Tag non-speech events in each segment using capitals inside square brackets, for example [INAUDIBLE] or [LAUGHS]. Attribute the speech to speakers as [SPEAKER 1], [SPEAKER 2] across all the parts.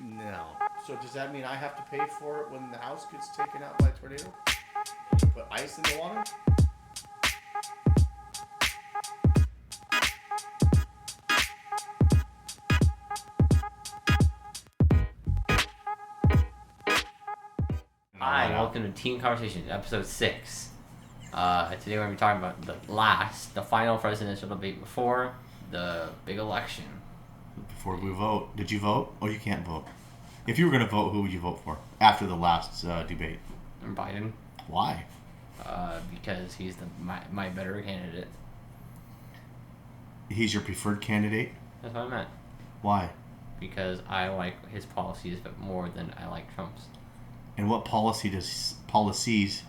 [SPEAKER 1] No.
[SPEAKER 2] So does that mean I have to pay for it when the house gets taken out by a tornado? Put ice in the water?
[SPEAKER 3] Hi, and welcome to Teen Conversations, episode six. Uh, today we're gonna be talking about the last, the final presidential debate before the big election.
[SPEAKER 1] Before we vote, did you vote? Oh, you can't vote. If you were going to vote, who would you vote for after the last uh, debate?
[SPEAKER 3] And Biden,
[SPEAKER 1] Why?
[SPEAKER 3] uh, because he's the my, my better candidate.
[SPEAKER 1] He's your preferred candidate.
[SPEAKER 3] That's what I meant.
[SPEAKER 1] Why?
[SPEAKER 3] Because I like his policies, but more than I like Trump's.
[SPEAKER 1] And what policy does policies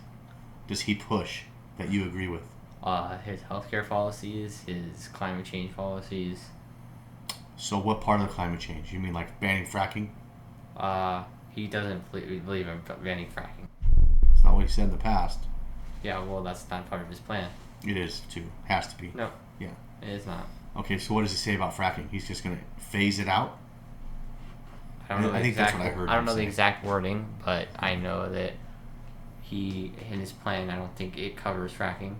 [SPEAKER 1] does he push that you agree with?
[SPEAKER 3] Uh, his healthcare policies, his climate change policies.
[SPEAKER 1] So, what part of the climate change? You mean like banning fracking?
[SPEAKER 3] Uh, he doesn't ble- believe in banning fracking.
[SPEAKER 1] It's not what he said in the past.
[SPEAKER 3] Yeah, well, that's not part of his plan.
[SPEAKER 1] It is too. Has to be.
[SPEAKER 3] No,
[SPEAKER 1] Yeah.
[SPEAKER 3] it is not.
[SPEAKER 1] Okay. So, what does he say about fracking? He's just going to phase it out.
[SPEAKER 3] I don't know
[SPEAKER 1] I
[SPEAKER 3] the
[SPEAKER 1] think that's
[SPEAKER 3] exact.
[SPEAKER 1] what I heard
[SPEAKER 3] don't
[SPEAKER 1] him
[SPEAKER 3] know the
[SPEAKER 1] say.
[SPEAKER 3] exact wording, but I know that he in his plan. I don't think it covers fracking,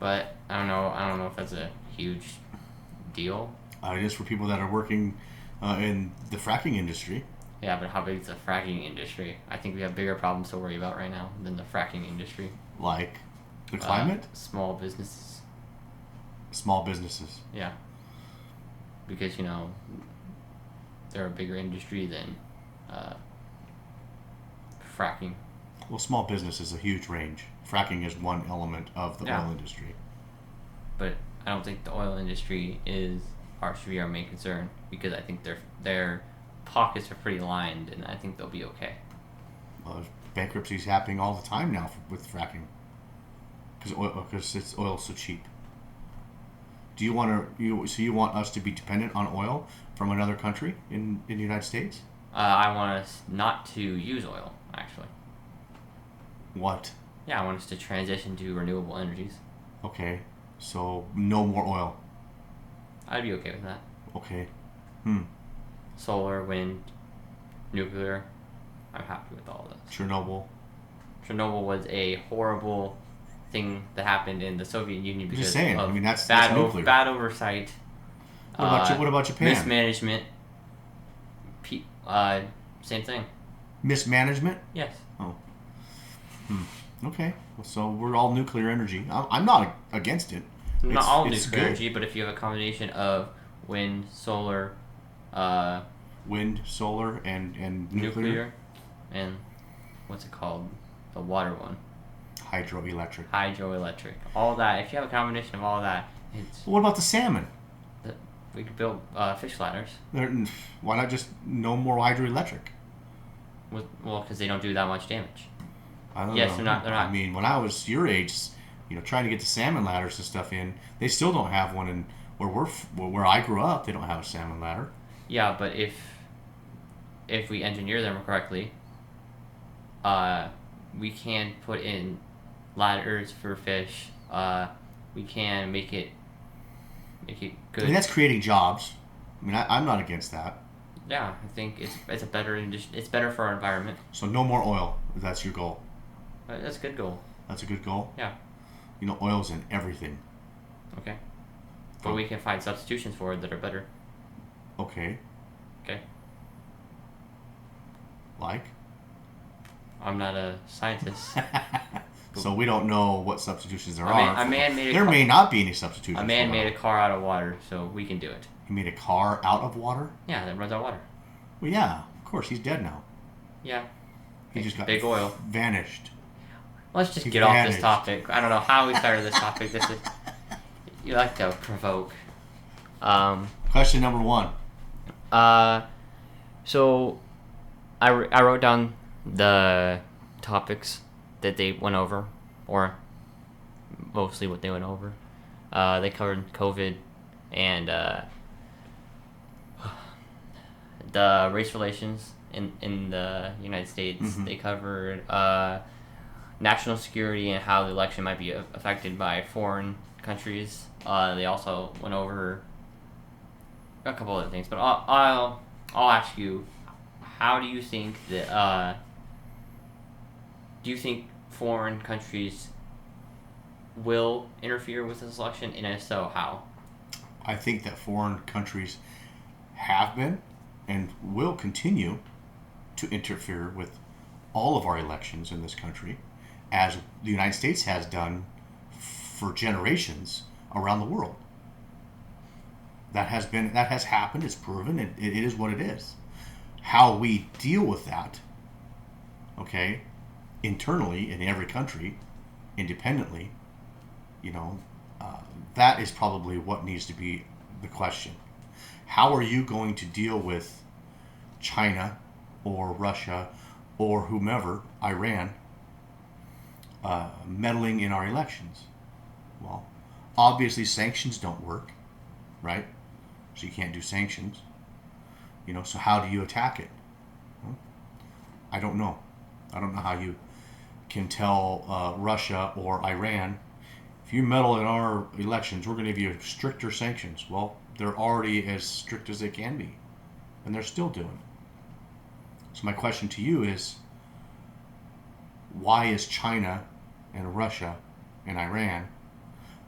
[SPEAKER 3] but I don't know. I don't know if that's a huge deal.
[SPEAKER 1] Uh, it is for people that are working uh, in the fracking industry.
[SPEAKER 3] Yeah, but how big is the fracking industry? I think we have bigger problems to worry about right now than the fracking industry.
[SPEAKER 1] like the
[SPEAKER 3] Uh,
[SPEAKER 1] climate,
[SPEAKER 3] small businesses.
[SPEAKER 1] small businesses.
[SPEAKER 3] Yeah. Because you know, they're a bigger industry than uh, fracking.
[SPEAKER 1] Well, small business is a huge range. Fracking is one element of the
[SPEAKER 3] Yeah.
[SPEAKER 1] oil industry.
[SPEAKER 3] but I don't think the oil industry is our should be our main concern because I think their their pockets are pretty lined and I think they'll be okay.
[SPEAKER 1] Well, there's bankruptcies happening all the time now f with fracking because oil because it's oil so cheap. Do you want to you so you want us to be dependent on oil from another country in in the United States?
[SPEAKER 3] Uh, I want us not to use oil actually.
[SPEAKER 1] What?
[SPEAKER 3] Yeah, I want us to transition to renewable energies.
[SPEAKER 1] Okay, so no more oil.
[SPEAKER 3] I'd be okay with that.
[SPEAKER 1] Okay, hmm.
[SPEAKER 3] Solar, wind, nuclear. I'm happy with all of this.
[SPEAKER 1] Chernobyl.
[SPEAKER 3] Chernobyl was a horrible thing that happened in the Soviet Union
[SPEAKER 1] Just
[SPEAKER 3] because
[SPEAKER 1] saying, I
[SPEAKER 3] of
[SPEAKER 1] mean, that's-
[SPEAKER 3] bad
[SPEAKER 1] that's
[SPEAKER 3] o-
[SPEAKER 1] nuclear.
[SPEAKER 3] bad oversight.
[SPEAKER 1] What about, Ja-
[SPEAKER 3] uh,
[SPEAKER 1] what about Japan?
[SPEAKER 3] Mismanagement. Pe- uh, same thing.
[SPEAKER 1] Mismanagement. Oh. Hmm,
[SPEAKER 3] Yes.
[SPEAKER 1] Okay, well, so we're all nuclear energy. I- I'm not against it.
[SPEAKER 3] Not
[SPEAKER 1] It's-
[SPEAKER 3] all
[SPEAKER 1] it's
[SPEAKER 3] nuclear
[SPEAKER 1] good.
[SPEAKER 3] energy, but if you have a combination of wind, solar, uh,
[SPEAKER 1] Wind, solar, and and
[SPEAKER 3] nuclear,
[SPEAKER 1] nuclear,
[SPEAKER 3] and what's it called? The water one.
[SPEAKER 1] hydroelectric.
[SPEAKER 3] Hydroelectric. All that. If you have a combination of all that, it's
[SPEAKER 1] Well, what about the salmon?
[SPEAKER 3] we could build uh, fish ladders.
[SPEAKER 1] There- mm, Why not just no more hydroelectric?
[SPEAKER 3] With, well, because they don't do that much damage.
[SPEAKER 1] I don't
[SPEAKER 3] Yes,
[SPEAKER 1] know.
[SPEAKER 3] they're not- they're not.
[SPEAKER 1] I mean, when I was your age, you know, trying to get the salmon ladders and stuff in, they still don't have one. And where we're f- where- where I grew up, they don't have a salmon ladder.
[SPEAKER 3] Yeah, but if if we engineer them correctly, uh, we can put in ladders for fish. Uh, we can make it make it
[SPEAKER 1] I
[SPEAKER 3] good.
[SPEAKER 1] mean, that's creating jobs. I mean, I, I'm not against that.
[SPEAKER 3] yeah, I think it's it's a better industry. It's better for our environment.
[SPEAKER 1] So no more oil. if That's your goal.
[SPEAKER 3] Uh, That's a good goal.
[SPEAKER 1] That's a good goal.
[SPEAKER 3] Yeah.
[SPEAKER 1] You know, oil's in everything.
[SPEAKER 3] Okay, but we can find substitutions for it that are better.
[SPEAKER 1] Okay.
[SPEAKER 3] Okay,
[SPEAKER 1] Like. [LAUGHS]
[SPEAKER 3] I'm not a scientist.
[SPEAKER 1] so we don't know what substitutions there
[SPEAKER 3] A man-
[SPEAKER 1] are.
[SPEAKER 3] a man made a
[SPEAKER 1] there
[SPEAKER 3] car-
[SPEAKER 1] may not be any substitutions.
[SPEAKER 3] a man
[SPEAKER 1] for
[SPEAKER 3] made
[SPEAKER 1] oil.
[SPEAKER 3] a car out of water, so we can do it.
[SPEAKER 1] He made a car out of water.
[SPEAKER 3] Yeah, that runs out of water.
[SPEAKER 1] Well, yeah, of course he's dead now.
[SPEAKER 3] Yeah.
[SPEAKER 1] He just got
[SPEAKER 3] big oil.
[SPEAKER 1] vanished.
[SPEAKER 3] Let's just
[SPEAKER 1] He
[SPEAKER 3] get off
[SPEAKER 1] vanished.
[SPEAKER 3] this topic. I don't know how we started this topic. This is you like to provoke. Um.
[SPEAKER 1] Question number one.
[SPEAKER 3] Uh. So, I, wr- I wrote down the topics that they went over, or mostly what they went over. Uh, they covered COVID and uh, [SIGHS] the race relations in in the United States.
[SPEAKER 1] Mhm.
[SPEAKER 3] They covered uh, national security and how the election might be a- affected by foreign countries. Uh, they also went over a couple other things, but I'll, I'll I'll ask you how do you think that uh, do you think foreign countries will interfere with this election, and if so, how?
[SPEAKER 1] I think that foreign countries have been and will continue to interfere with all of our elections in this country, as the United States has done for generations around the world. That has been that has happened. It's proven. It, it is what it is. How we deal with that, okay, internally in every country, independently, you know, uh, that is probably what needs to be the question. How are you going to deal with China or Russia or whomever, Iran, uh, meddling in our elections? Well, obviously sanctions don't work, right? So you can't do sanctions. You know, so how do you attack it? Well, I don't know. I don't know how you can tell uh, Russia or Iran if you meddle in our elections, we're going to give you stricter sanctions. Well, they're already as strict as they can be, and they're still doing it. So, my question to you is why is China and Russia and Iran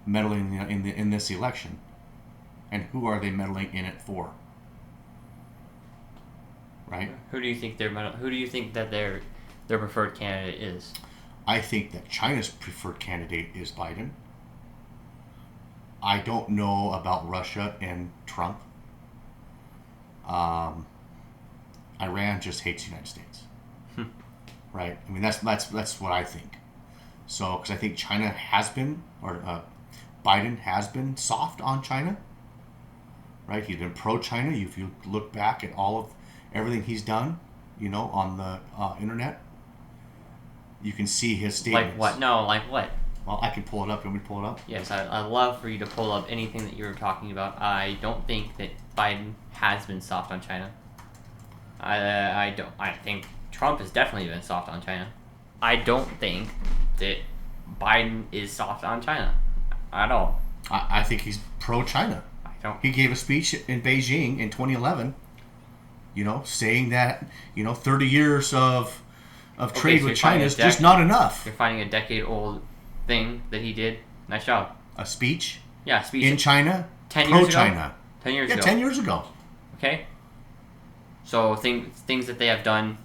[SPEAKER 1] meddling in, the, in, the, in this election? And who are they meddling in it for? Right?
[SPEAKER 3] Who do you think their medal- who do you think that their their preferred candidate is?
[SPEAKER 1] I think that China's preferred candidate is Biden. I don't know about Russia and Trump. Um, Iran just hates the United States,
[SPEAKER 3] Hmm.
[SPEAKER 1] right? I mean, that's that's that's what I think. So, because I think China has been, or uh, Biden has been soft on China, right? He's been pro-China. If you look back at all of everything he's done, you know, on the uh, internet, you can see his statements.
[SPEAKER 3] Like what? No, like what?
[SPEAKER 1] Well, I can pull it up. You want me to pull it up?
[SPEAKER 3] Yes, I, I love for you to pull up anything that you were talking about. I don't think that Biden has been soft on China. I I don't. I think Trump has definitely been soft on China. I don't think that Biden is soft on China at all.
[SPEAKER 1] I, I think he's pro-China.
[SPEAKER 3] I don't.
[SPEAKER 1] He gave a speech in Beijing in 2011, you know, saying that you know 30 years of of
[SPEAKER 3] Okay,
[SPEAKER 1] trade
[SPEAKER 3] so
[SPEAKER 1] with
[SPEAKER 3] you're
[SPEAKER 1] China
[SPEAKER 3] finding
[SPEAKER 1] is
[SPEAKER 3] a
[SPEAKER 1] just
[SPEAKER 3] dec-
[SPEAKER 1] not enough.
[SPEAKER 3] You're finding a decade old thing that he did. Nice job.
[SPEAKER 1] A speech
[SPEAKER 3] Yeah, speech
[SPEAKER 1] in China,
[SPEAKER 3] 10 years ago?
[SPEAKER 1] pro-China.
[SPEAKER 3] ten years
[SPEAKER 1] Yeah,
[SPEAKER 3] ago.
[SPEAKER 1] 10 years ago.
[SPEAKER 3] Okay. So thing, things that they have done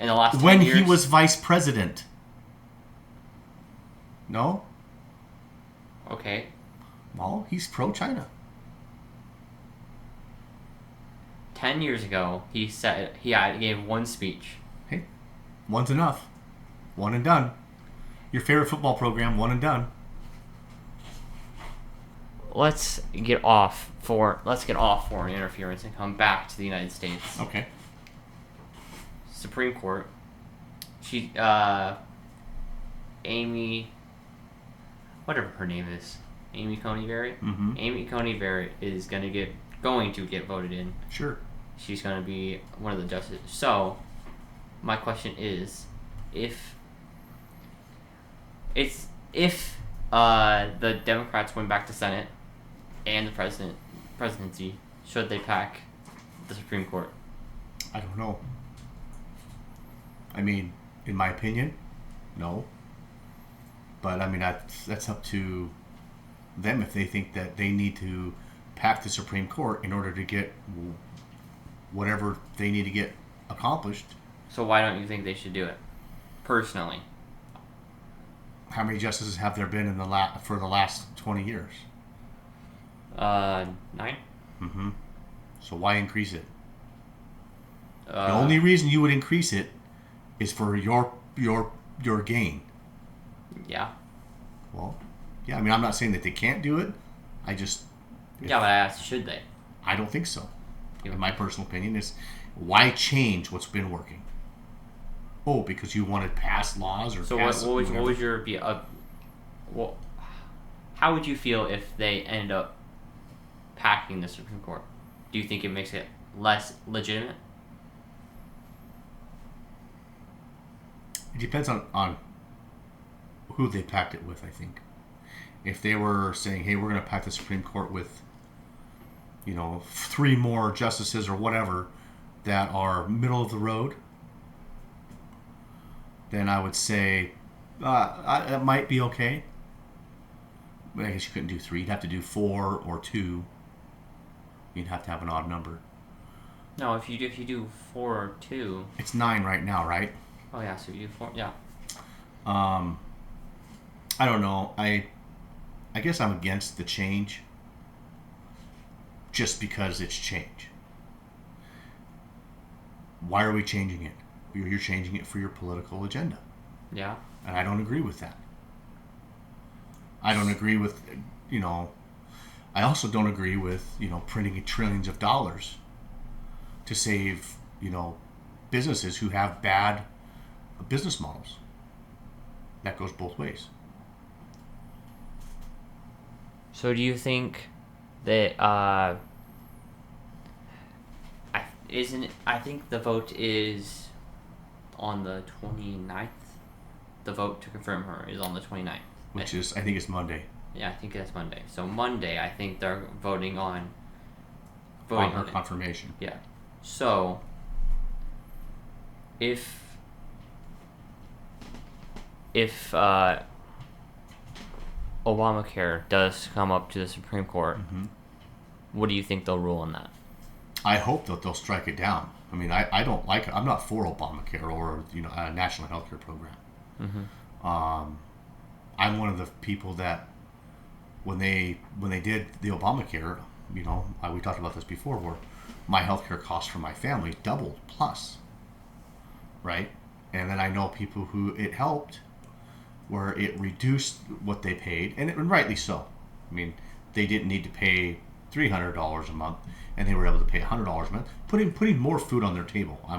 [SPEAKER 3] in the last 10
[SPEAKER 1] when
[SPEAKER 3] years,
[SPEAKER 1] he was vice president. No,
[SPEAKER 3] okay.
[SPEAKER 1] well, he's pro-China.
[SPEAKER 3] Ten years ago, he said he had- gave one speech.
[SPEAKER 1] Hey, one's enough. One and done. Your favorite football program, one and done.
[SPEAKER 3] Let's get off for let's get off foreign interference and come back to the United States
[SPEAKER 1] Okay.
[SPEAKER 3] Supreme Court. She, uh, Amy, whatever her name is, Amy Coney Barrett.
[SPEAKER 1] Mm-hmm.
[SPEAKER 3] Amy Coney Barrett is gonna get going to get voted in.
[SPEAKER 1] Sure.
[SPEAKER 3] she's going to be one of the justices. So, my question is, if it's if uh, the Democrats win back to Senate and the president presidency, should they pack the Supreme Court?
[SPEAKER 1] I don't know. I mean, in my opinion, no. But I mean, that's that's up to them if they think that they need to pack the Supreme Court in order to get whatever they need to get accomplished.
[SPEAKER 3] So why don't you think they should do it? Personally,
[SPEAKER 1] How many justices have there been in the la- for the last twenty years?
[SPEAKER 3] uh, nine.
[SPEAKER 1] Mm-hmm. So why increase it?
[SPEAKER 3] Uh,
[SPEAKER 1] The only reason you would increase it is for your your your gain.
[SPEAKER 3] yeah,
[SPEAKER 1] Well, yeah. I mean, I'm not saying that they can't do it. I just
[SPEAKER 3] yeah, but I asked, should they?
[SPEAKER 1] I don't think so.
[SPEAKER 3] Yeah.
[SPEAKER 1] In my personal opinion, is why change what's been working? Oh, because you want to pass laws or
[SPEAKER 3] So what,
[SPEAKER 1] pass
[SPEAKER 3] what would what
[SPEAKER 1] whatever.
[SPEAKER 3] would your be uh, what, how would you feel if they ended up packing the Supreme Court? Do you think it makes it less legitimate?
[SPEAKER 1] it depends on on who they packed it with. I think if they were saying, "Hey, we're going to pack the Supreme Court with," you know, three more justices or whatever, that are middle of the road, then I would say uh, I, that might be okay. But I guess you couldn't do three. You'd have to do four or two. You'd have to have an odd number.
[SPEAKER 3] No, if you do, if you do four or two.
[SPEAKER 1] It's nine right now, right?
[SPEAKER 3] Oh yeah, so you do four. Yeah.
[SPEAKER 1] Um, I don't know. I I guess I'm against the change just because it's change. Why are we changing it? You're you're changing it for your political agenda,
[SPEAKER 3] Yeah.
[SPEAKER 1] and I don't agree with that. I don't agree with, you know, I also don't agree with, you know, printing trillions of dollars to save, you know, businesses who have bad business models. That goes both ways.
[SPEAKER 3] So do you think that uh, I isn't I think the vote is on the 29th. The vote to confirm her is on the 29th.
[SPEAKER 1] which is I think it's Monday.
[SPEAKER 3] Yeah, I think that's Monday. So Monday, I think they're voting on voting
[SPEAKER 1] on her
[SPEAKER 3] it.
[SPEAKER 1] confirmation.
[SPEAKER 3] Yeah. So, if if uh, Obamacare does come up to the Supreme Court, what do you think they'll rule on that?
[SPEAKER 1] I hope that they'll strike it down. I mean, I, I don't like I'm not for Obamacare or you know a national health care program. Um, I'm one of the people that when they when they did the Obamacare, you know, I, we talked about this before, where my health care costs for my family doubled plus, right? And then I know people who it helped, where it reduced what they paid, and, it, and rightly so. I mean, they didn't need to pay three hundred dollars a month, and they were able to pay hundred dollars a month, putting putting more food on their table. I'm